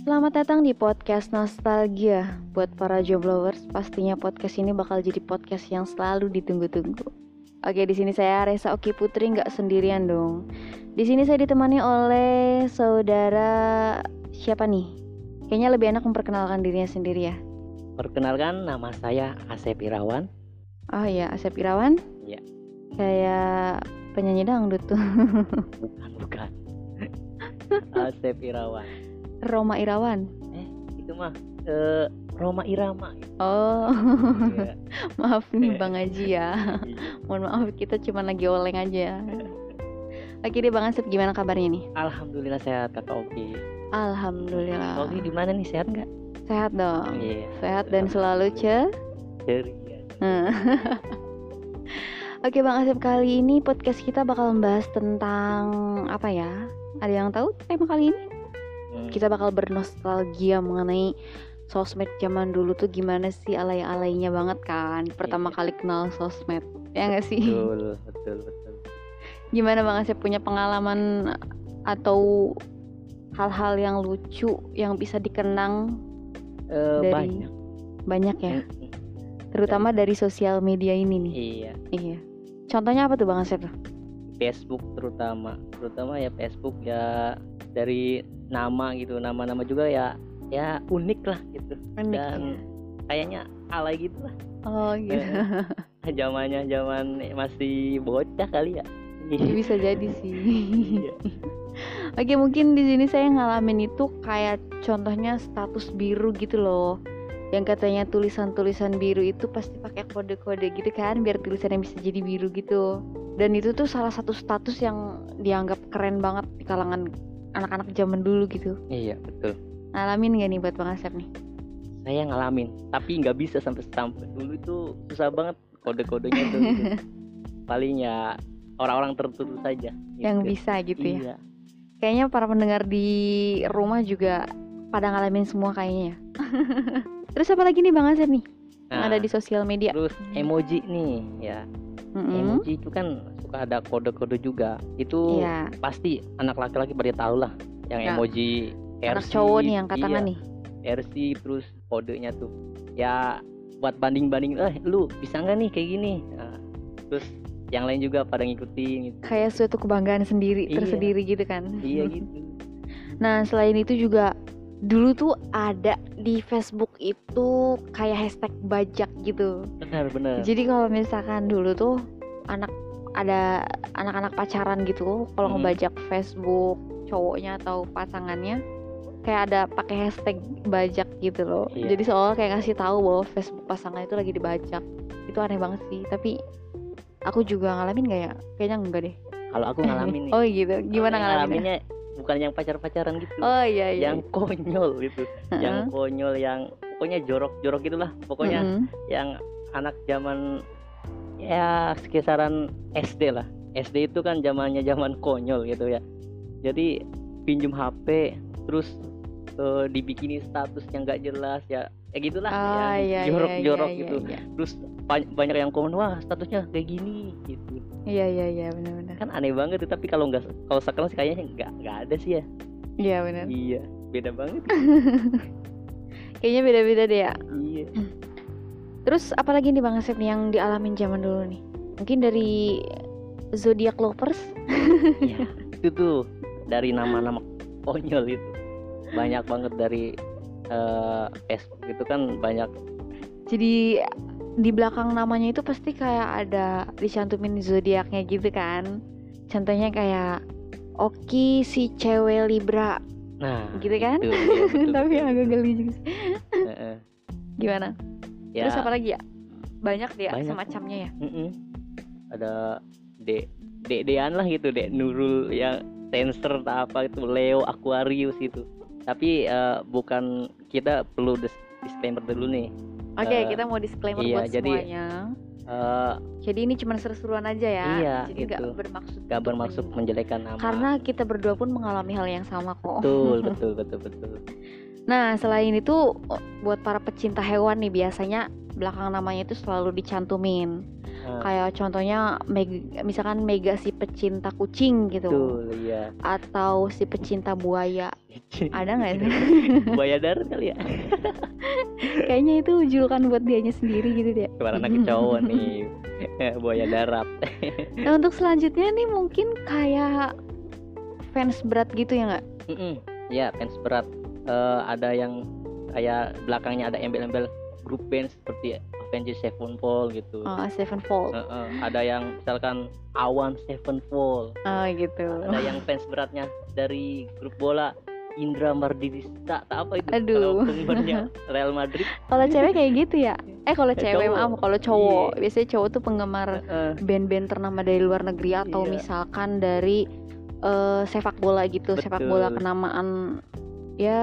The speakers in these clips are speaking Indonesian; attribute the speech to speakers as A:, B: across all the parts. A: Selamat datang di podcast Nostalgia. Buat para joblowers, pastinya podcast ini bakal jadi podcast yang selalu ditunggu-tunggu. Oke, di sini saya Resa Oki Putri nggak sendirian dong. Di sini saya ditemani oleh saudara siapa nih? Kayaknya lebih enak memperkenalkan dirinya sendiri ya.
B: Perkenalkan nama saya Asep Irawan.
A: Oh iya, Asep Irawan.
B: Iya.
A: Saya penyanyi dangdut tuh.
B: Bukan, bukan. Asep Irawan.
A: Roma Irawan.
B: Itu mah eh, Roma Irama.
A: Oh,
B: Iya.
A: maaf nih
B: Eh.
A: Bang Haji ya. Mohon maaf kita cuma lagi oleng aja. Oke deh Bang Asep gimana kabarnya nih?
B: Alhamdulillah sehat kata Oki. Oki
A: Alhamdulillah.
B: di mana nih sehat nggak?
A: Sehat dong.
B: Iya.
A: Sehat dan selalu ce.
B: Ceria.
A: Hmm. Oke Bang Asep kali ini podcast kita bakal membahas tentang apa ya? Ada yang tahu tema kali ini?
B: Hmm.
A: Kita bakal bernostalgia mengenai sosmed zaman dulu tuh gimana sih alay-alaynya banget kan pertama
B: Iya.
A: kali kenal sosmed ya nggak sih
B: Betul, betul, betul.
A: gimana bang Asep punya pengalaman atau hal-hal yang lucu yang bisa dikenang
B: Eh,
A: Dari-
B: Banyak.
A: banyak ya
B: Mm-mm.
A: terutama dari sosial media ini nih
B: Hmm. Iya.
A: iya contohnya apa tuh bang Asep
B: Facebook terutama, terutama ya Facebook ya dari nama gitu, nama-nama juga ya ya unik lah gitu.
A: Unik
B: Dan
A: ya.
B: Kayaknya alay gitu lah.
A: oh gitu
B: Eh, zamannya zaman masih bocah kali ya. Iya.
A: Ya, bisa jadi sih oke mungkin di sini saya ngalamin itu kayak contohnya status biru gitu loh yang katanya tulisan-tulisan biru itu pasti pakai kode-kode gitu kan biar tulisannya bisa jadi biru gitu dan itu tuh salah satu status yang dianggap keren banget di kalangan anak-anak zaman dulu gitu
B: Iya betul.
A: ngalamin gak nih buat bang Asep nih
B: Saya ngalamin, tapi nggak bisa sampai sampai dulu itu susah banget kode-kodenya tuh. gitu. Paling ya orang-orang tertentu saja.
A: yang
B: gitu.
A: bisa gitu ya
B: Iya.
A: kayaknya para pendengar di rumah juga pada ngalamin semua kayaknya ya. terus apa lagi nih bang Asep nih yang
B: Nah,
A: ada di Hmm. sosial media
B: terus emoji nih ya.
A: Mm-mm.
B: Emoji itu kan suka ada kode-kode juga. Itu
A: Iya,
B: pasti anak laki-laki pada tahu lah yang
A: Ya.
B: emoji
A: anak
B: RC,
A: cowok nih yang katanya
B: iya,
A: nih.
B: RC terus kodenya tuh ya buat banding-banding eh lu bisa nggak nih kayak gini Nah, terus yang lain juga pada ngikutin gitu.
A: Kayak suatu kebanggaan sendiri,
B: Iya.
A: tersendiri gitu kan.
B: iya gitu
A: Nah, selain itu juga dulu tuh ada di Facebook itu kayak hashtag bajak gitu.
B: benar-benar
A: Jadi kalau misalkan dulu tuh anak ada anak-anak pacaran gitu, kalau
B: Hmm.
A: ngebajak Facebook cowoknya atau pasangannya kayak ada pakai hashtag bajak gitu loh.
B: Iya.
A: Jadi soal kayak ngasih tahu bahwa Facebook pasangan itu lagi dibajak. Itu aneh banget sih, tapi aku juga ngalamin gak ya? Kayaknya enggak deh.
B: kalau aku ngalamin nih
A: Oh gitu. Gimana
B: Yang
A: ngalaminnya?
B: ngalaminnya bukan yang pacar-pacaran gitu
A: Oh iya iya.
B: yang konyol gitu
A: Heeh.
B: yang konyol yang pokoknya jorok-jorok gitulah pokoknya ya,
A: Mm-mm.
B: yang anak zaman ya sekisaran SD lah SD itu kan zamannya zaman konyol gitu ya jadi pinjem HP terus eh, dibikinin status yang gak jelas ya ya gitulah
A: Ah, iya,
B: yang
A: iya,
B: jorok-jorok
A: iya,
B: gitu
A: Iya
B: terus ba- banyak yang komen wah statusnya kayak gini gitu
A: iya iya, iya benar-benar.
B: kan aneh banget tuh, tapi kalau nggak kalau sekarang sih kayaknya nggak nggak ada sih ya
A: Iya benar.
B: iya beda banget
A: Kayaknya beda-beda deh ya.
B: iya
A: Terus apalagi nih Bang Asep nih yang dialamin zaman dulu nih? Mungkin dari zodiak lovers?
B: Iya, itu tuh dari nama-nama konyol itu banyak banget dari eh, Facebook itu kan banyak
A: Jadi di belakang namanya itu pasti kayak ada dicantumin zodiaknya gitu kan. Contohnya kayak Oki si cewek Libra
B: nah
A: Gitu kan?
B: itu, iya, betul,
A: Tapi
B: betul.
A: agak geli juga sih.
B: Heeh.
A: Gimana?
B: ya
A: Terus apa lagi ya? Banyak dia
B: Banyak.
A: semacamnya ya?
B: mm-mm. ada D Dean lah gitu Dek Nurul yang Cancer atau apa itu Leo Aquarius itu tapi eh, bukan kita perlu dis- disclaimer dulu nih
A: Oke,
B: Eh,
A: kita mau disclaimer
B: iya,
A: buat
B: jadi-
A: semuanya.
B: Eh,
A: Jadi ini cuma seru-seruan aja ya.
B: Iya,
A: jadi nggak
B: gitu.
A: bermaksud.
B: nggak
A: untuk
B: bermaksud
A: men-
B: menjelekan nama
A: Karena kita berdua pun mengalami hal yang sama kok.
B: betul betul betul betul
A: Nah, selain itu buat para pecinta hewan nih biasanya belakang namanya itu selalu dicantumin.
B: Ah.
A: Kayak contohnya Meg- misalkan Mega si pecinta kucing gitu
B: Betul, iya.
A: atau si pecinta buaya. Ada nggak sih?
B: Buaya darat kali ya.
A: Kayaknya itu julukan buat dianya sendiri gitu deh.
B: Kemarin anak cowok nih. Buaya darat.
A: Nah, untuk selanjutnya nih mungkin kayak fans berat gitu ya nggak?
B: Mm-mm. Ya, fans berat. Eh, ada yang kayak belakangnya ada embel-embel grup band seperti Avengers Sevenfold gitu.
A: Oh, Sevenfold.
B: Eh, eh, ada yang misalkan Awan Sevenfold.
A: Oh, gitu.
B: Ada yang fans beratnya dari grup bola Indra Mardinista atau apa itu?
A: Aduh.
B: Kalau penggemarnya Real Madrid.
A: Kalau cewek kayak gitu ya? Eh kalau
B: Eh,
A: cewek
B: cowok.
A: maaf, kalau cowok
B: Iya.
A: biasanya cowok tuh penggemar
B: eh, eh,
A: band-band ternama dari luar negeri atau
B: Iya.
A: misalkan dari eh, sepak bola gitu, sepak bola
B: Betul.
A: kenamaan ya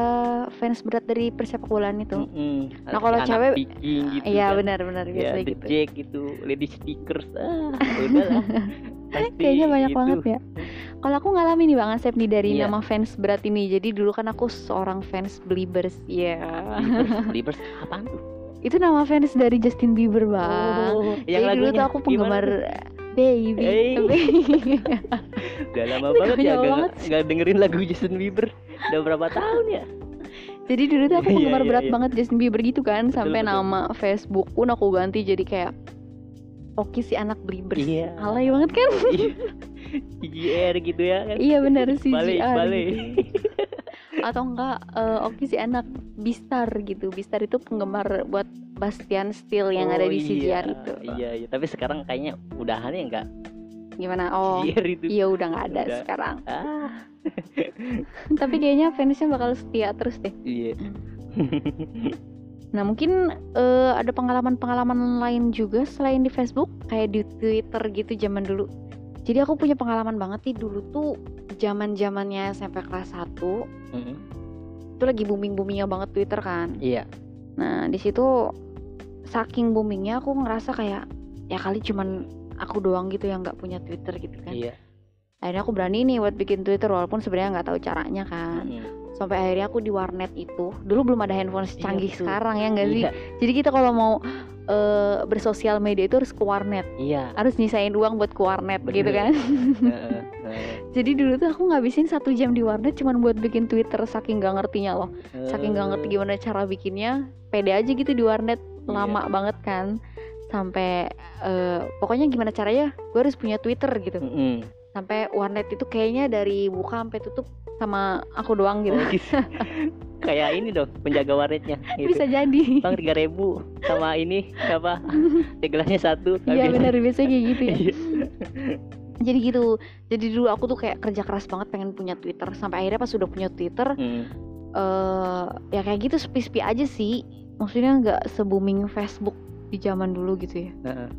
A: fans berat dari persepak bolaan itu.
B: mm-mm.
A: Nah,
B: Ada
A: kalau
B: anak
A: cewek-
B: Viking gitu.
A: Iya
B: kan.
A: benar-benar
B: Ya,
A: biasanya
B: The
A: gitu.
B: Jack gitu, Lady Stickers. Ah, udahlah. Pasti
A: Kayaknya banyak
B: gitu.
A: banget ya. Kalau aku ngalamin nih Bang Asep nih dari
B: Iya.
A: nama fans berat ini. Jadi dulu kan aku seorang fans Beliebers. Iya.
B: Believers, Believers apaan tuh?
A: Itu nama fans dari Justin Bieber, Bang.
B: Oh,
A: Jadi dulu tuh aku
B: gimana
A: penggemar
B: tuh?
A: Baby.
B: Hey.
A: Baby.
B: Udah lama
A: Ini
B: banget ya
A: konyol
B: gak,
A: banget
B: gak dengerin lagu Justin Bieber Udah berapa tahun ya?
A: Jadi dulu tuh aku
B: Iya,
A: penggemar
B: iya,
A: berat
B: iya.
A: banget Justin Bieber gitu kan
B: Betul,
A: Sampai
B: betul.
A: nama Facebook pun aku ganti jadi kayak Oki si anak Beliebers
B: Iya.
A: Alay banget kan?
B: CGR gitu ya kan?
A: iya benar sih
B: Balik, balik
A: Atau enggak eh, Oki si anak Bistar gitu Bistar itu penggemar buat Bastian Steele yang ada
B: Oh,
A: di CGR
B: iya,
A: itu
B: Iya, iya Tapi sekarang kayaknya udahannya nggak
A: Gimana? Oh
B: CGR itu
A: iya udah nggak ada
B: Udah.
A: sekarang
B: ah,
A: Tapi kayaknya fansnya bakal setia terus deh
B: Iya
A: Nah mungkin eh, ada pengalaman-pengalaman lain juga selain di Facebook kayak di Twitter gitu zaman dulu. Jadi aku punya pengalaman banget nih dulu tuh zaman zamannya SMP kelas 1 itu
B: Mm-mm.
A: lagi booming boomingnya banget Twitter kan.
B: Iya
A: Nah di situ saking boomingnya aku ngerasa kayak ya kali cuman aku doang gitu yang nggak punya Twitter gitu kan.
B: Iya
A: Akhirnya aku berani nih buat bikin Twitter walaupun sebenarnya nggak tahu caranya kan.
B: Mm-mm.
A: Sampai akhirnya aku di warnet itu dulu belum ada handphone secanggih
B: betul.
A: sekarang ya nggak sih?
B: Iya,
A: Jadi kita kalau mau eh, bersosial media itu harus ke warnet,
B: iya
A: harus nyisain uang buat ke warnet
B: Bener.
A: gitu kan.
B: Heeh, heeh.
A: Jadi dulu tuh aku ngabisin satu jam di warnet cuman buat bikin Twitter saking gak ngertinya loh, saking gak ngerti gimana cara bikinnya. Pede aja gitu di warnet
B: Iya.
A: lama banget kan, sampai eh, pokoknya gimana caranya gue harus punya Twitter gitu.
B: Mm-mm.
A: Sampai warnet itu kayaknya dari buka sampai tutup sama aku doang gitu.
B: Oh, gitu. Kayak ini dong penjaga warnetnya gitu.
A: Bisa jadi.
B: Bang tiga ribu sama ini apa? Teh gelasnya satu.
A: Iya
B: habis.
A: benar biasanya kayak gitu ya.
B: Iya.
A: jadi gitu jadi dulu aku tuh kayak kerja keras banget pengen punya Twitter sampai akhirnya pas sudah punya Twitter
B: Hmm,
A: eh ya kayak gitu sepi-sepi aja sih maksudnya nggak se booming Facebook di zaman dulu gitu ya
B: heeh,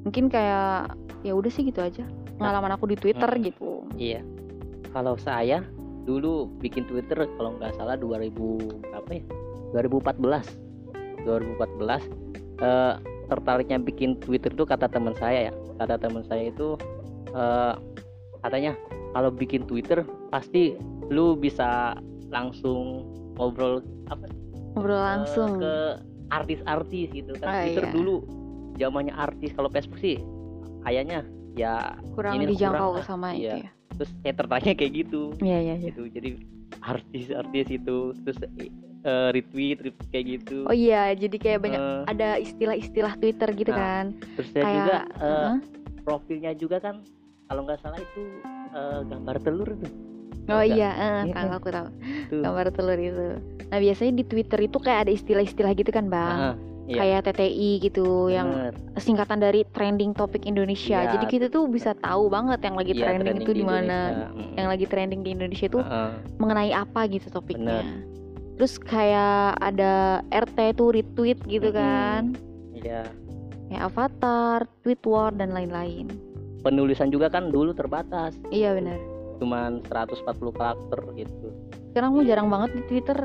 A: mungkin kayak ya udah sih gitu aja pengalaman aku di Twitter
B: Hmm.
A: gitu
B: Iya. Kalau saya dulu bikin Twitter kalau nggak salah 2000 apa ya? 2014. 2014 eh, tertariknya bikin Twitter itu kata teman saya ya. Kata teman saya itu eh, katanya kalau bikin Twitter pasti lu bisa langsung ngobrol apa
A: ngobrol langsung
B: Eh, ke artis-artis gitu kan
A: Ah, iya.
B: Twitter dulu zamannya artis kalau Facebook sih kayaknya ya
A: kurang
B: ini kurang
A: dijangkau
B: lah.
A: sama
B: Iya.
A: itu ya
B: terus saya tertanya kayak gitu
A: iya iya iya
B: gitu jadi artis-artis itu terus eh, retweet, retweet kayak gitu
A: oh iya jadi kayak banyak
B: Eh,
A: ada istilah-istilah Twitter gitu
B: Nah,
A: kan
B: terus saya
A: kayak uh-huh.
B: juga eh,
A: Heeh.
B: profilnya juga kan kalau nggak salah itu eh, gambar telur tuh
A: oh
B: enggak.
A: iya eh,
B: Iya
A: tahu
B: kan?
A: aku tahu
B: Tuh.
A: gambar telur itu nah biasanya di Twitter itu kayak ada istilah-istilah gitu kan bang
B: Ah, iya.
A: kayak TTI gitu yang
B: bener.
A: singkatan dari trending topik Indonesia.
B: Iya,
A: Jadi kita tuh bisa tahu banget yang lagi
B: Iya,
A: trending, itu
B: di
A: di mana,
B: Indonesia. Mm,
A: yang lagi trending di Indonesia itu
B: ah, ah.
A: mengenai apa gitu topiknya. Terus kayak ada RT tuh retweet gitu
B: Mm-mm.
A: kan,
B: iya
A: ya avatar, tweet war dan lain-lain.
B: penulisan juga kan dulu terbatas
A: Iya benar.
B: cuman 140 karakter gitu
A: Sekarang aku jarang banget di Twitter.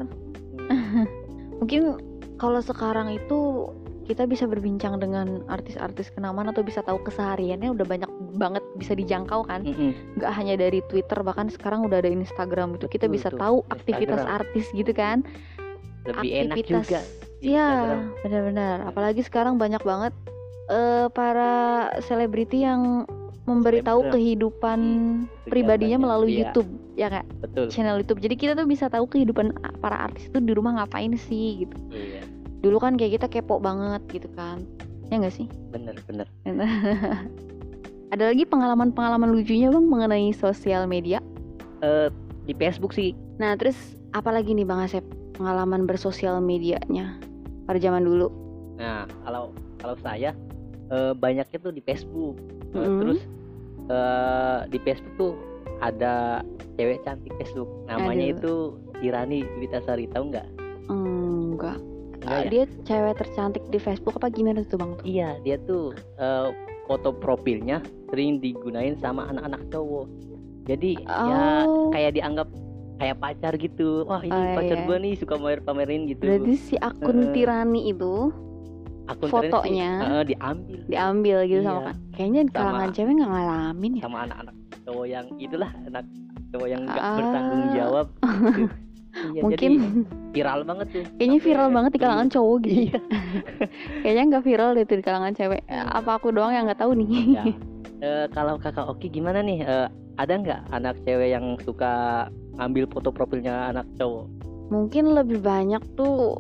A: Mungkin kalau sekarang itu kita bisa berbincang dengan artis-artis kenamaan atau bisa tahu kesehariannya udah banyak banget bisa dijangkau kan.
B: Mm-mm.
A: nggak hanya dari Twitter bahkan sekarang udah ada Instagram itu kita
B: Betul
A: bisa
B: tuh,
A: tahu aktivitas
B: Instagram.
A: artis gitu kan
B: lebih enak
A: aktivitas
B: juga di Instagram.
A: Iya, benar-benar. Apalagi sekarang banyak banget eh, para selebriti yang memberitahu
B: Selebgram.
A: kehidupan
B: Kegiatannya.
A: pribadinya melalui
B: Iya,
A: YouTube, ya kak?
B: Betul.
A: Channel YouTube. Jadi kita tuh bisa tahu kehidupan para artis itu di rumah ngapain sih gitu.
B: Iya,
A: Dulu kan kayak kita kepo banget gitu kan, ya nggak sih?
B: bener bener.
A: Ada lagi pengalaman-pengalaman lucunya bang mengenai sosial media.
B: Eh, di Facebook sih
A: Nah terus apalagi nih bang Asep pengalaman bersosial medianya pada zaman dulu?
B: Nah, kalau kalau saya eh, banyaknya tuh di Facebook. Eh,
A: Mm.
B: Terus eh, di Facebook tuh ada cewek cantik Facebook. Namanya
A: Aduh.
B: itu Irani Dwi Sari, tahu nggak?
A: Hmm, Enggak.
B: Enggak ya?
A: Dia cewek tercantik di Facebook apa gimana tuh bang?
B: Iya, dia tuh eh, foto profilnya sering digunain sama anak-anak cowok. Jadi ya
A: Oh.
B: kayak dianggap kayak pacar gitu. Wah, ini
A: Oh,
B: pacar
A: iya.
B: gua nih suka pamer-pamerin gitu.
A: Berarti si akun
B: Heeh.
A: tirani itu
B: Akun Twitter-nya tuh,
A: fotonya.
B: eh, diambil
A: diambil gitu sama
B: Iya.
A: kan. Kayaknya di
B: Sama-
A: kalangan cewek nggak ngalamin ya.
B: sama anak-anak cowok yang itulah anak cowok yang nggak
A: Ah.
B: bertanggung jawab gitu. Iya,
A: Mungkin
B: jadi viral banget tuh
A: kayaknya
B: Sampai-
A: viral banget di kalangan cowok gitu.
B: iya
A: kayaknya nggak viral deh tuh di kalangan cewek.
B: Iya.
A: Apa aku doang yang nggak tahu nih?
B: Ya. Eh, kalau kakak Oki gimana nih Eh, ada nggak anak cewek yang suka ambil foto profilnya anak cowok
A: Mungkin lebih banyak tuh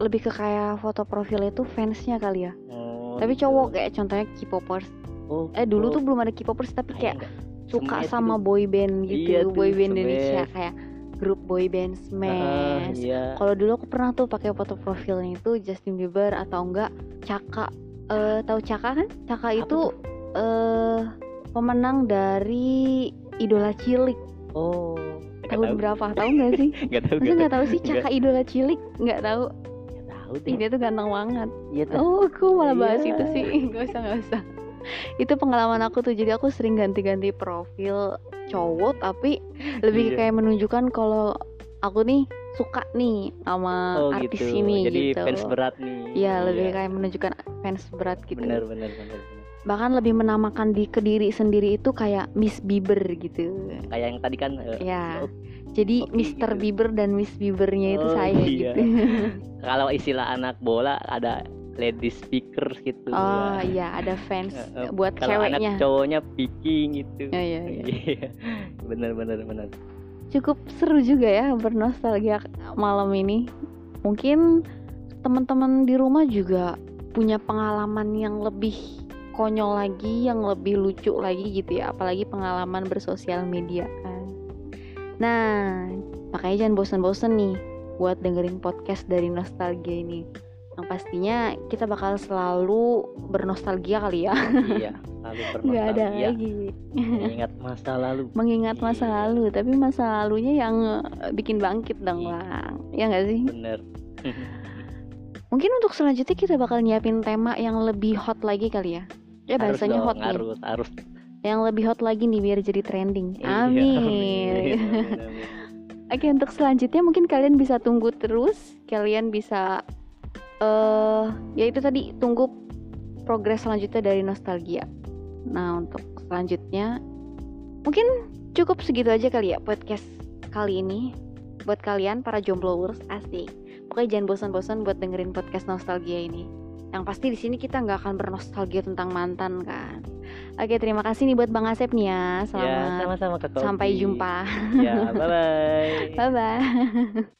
A: lebih ke kayak foto profil itu fansnya kali ya.
B: Oh,
A: tapi
B: gitu.
A: cowok kayak contohnya K-popers.
B: Oh,
A: Eh dulu tuh
B: gitu.
A: belum ada K-popers tapi
B: Kayak
A: kayak
B: nggak
A: suka
B: Smash
A: sama
B: gitu.
A: boyband gitu,
B: Iya tuh,
A: boyband
B: Smash.
A: Indonesia kayak grup boyband
B: Heeh,
A: Smash.
B: iya
A: Kalau dulu aku pernah tuh pakai foto profilnya itu Justin Bieber atau enggak Caka. Eh tahu Caka kan? Caka
B: Apa
A: itu
B: tuh?
A: eh pemenang dari Idola Cilik
B: oh nggak
A: tahun
B: tahu.
A: berapa? Tahu nggak sih?
B: nggak tahu
A: Masa
B: nggak
A: nggak tahu sih Caka Idola Cilik? Nggak tahu.
B: tahu. Nggak tahu deh
A: Ih, dia tuh ganteng banget.
B: iya tuh
A: Oh, aku malah bahas
B: Iya.
A: itu sih. Gak usah, gak usah. Itu pengalaman aku tuh jadi aku sering ganti-ganti profil cowok tapi lebih
B: Iya.
A: kayak menunjukkan kalau aku nih suka nih sama
B: oh
A: Ah, artis
B: gitu
A: ini
B: jadi
A: gitu.
B: fans berat nih
A: Iya lebih kayak menunjukkan fans berat gitu.
B: bener bener bener bener.
A: Bahkan lebih menamakan di kediri sendiri itu kayak Miss Bieber gitu.
B: kayak yang tadi kan eh,
A: Ya.
B: oh,
A: Jadi
B: Oke,
A: Mr.
B: gitu.
A: Bieber dan Miss Biebernya itu
B: Oh,
A: saya
B: iya.
A: gitu.
B: kalau istilah anak bola ada lady speakers gitu
A: Oh
B: ya.
A: iya ada fans
B: Eh, eh,
A: buat
B: kalau anak
A: ceweknya.
B: cowoknya picking gitu
A: Ya, ya, ya.
B: Iya. bener bener bener
A: Cukup seru juga ya bernostalgia malam ini. Mungkin teman-teman di rumah juga punya pengalaman yang lebih konyol lagi, yang lebih lucu lagi gitu ya, apalagi pengalaman bersosial media kan. Nah, makanya jangan bosen-bosen nih buat dengerin podcast dari Nostalgia ini. Yang pastinya kita bakal selalu bernostalgia kali ya,
B: iya lalu
A: nggak ada
B: bernostalgia
A: lagi.
B: mengingat masa lalu
A: Mengingat masa
B: Iya.
A: lalu, tapi masa lalunya yang eh, bikin bangkit dong
B: Iya.
A: lah, ya nggak sih?
B: bener
A: Mungkin untuk selanjutnya kita bakal nyiapin tema yang lebih hot lagi kali ya. Ya
B: harus
A: bahasanya
B: dong,
A: hot nih.
B: harus harus
A: Yang lebih hot lagi nih biar jadi trending.
B: Iya,
A: Amin.
B: amin, amin.
A: Oke, untuk selanjutnya mungkin kalian bisa tunggu terus. Kalian bisa eh ya itu tadi tunggu progres selanjutnya dari nostalgia. Nah, untuk selanjutnya mungkin cukup segitu aja kali ya podcast kali ini buat kalian para jombloers asik. Pokoknya jangan bosan-bosan buat dengerin podcast nostalgia ini. Yang pasti di sini kita nggak akan bernostalgia tentang mantan kan. Oke, terima kasih nih buat Bang Asep nih ya.
B: ya
A: Selamat
B: sama-sama kakak
A: sampai
B: Oki.
A: jumpa.
B: ya bye bye
A: Bye bye.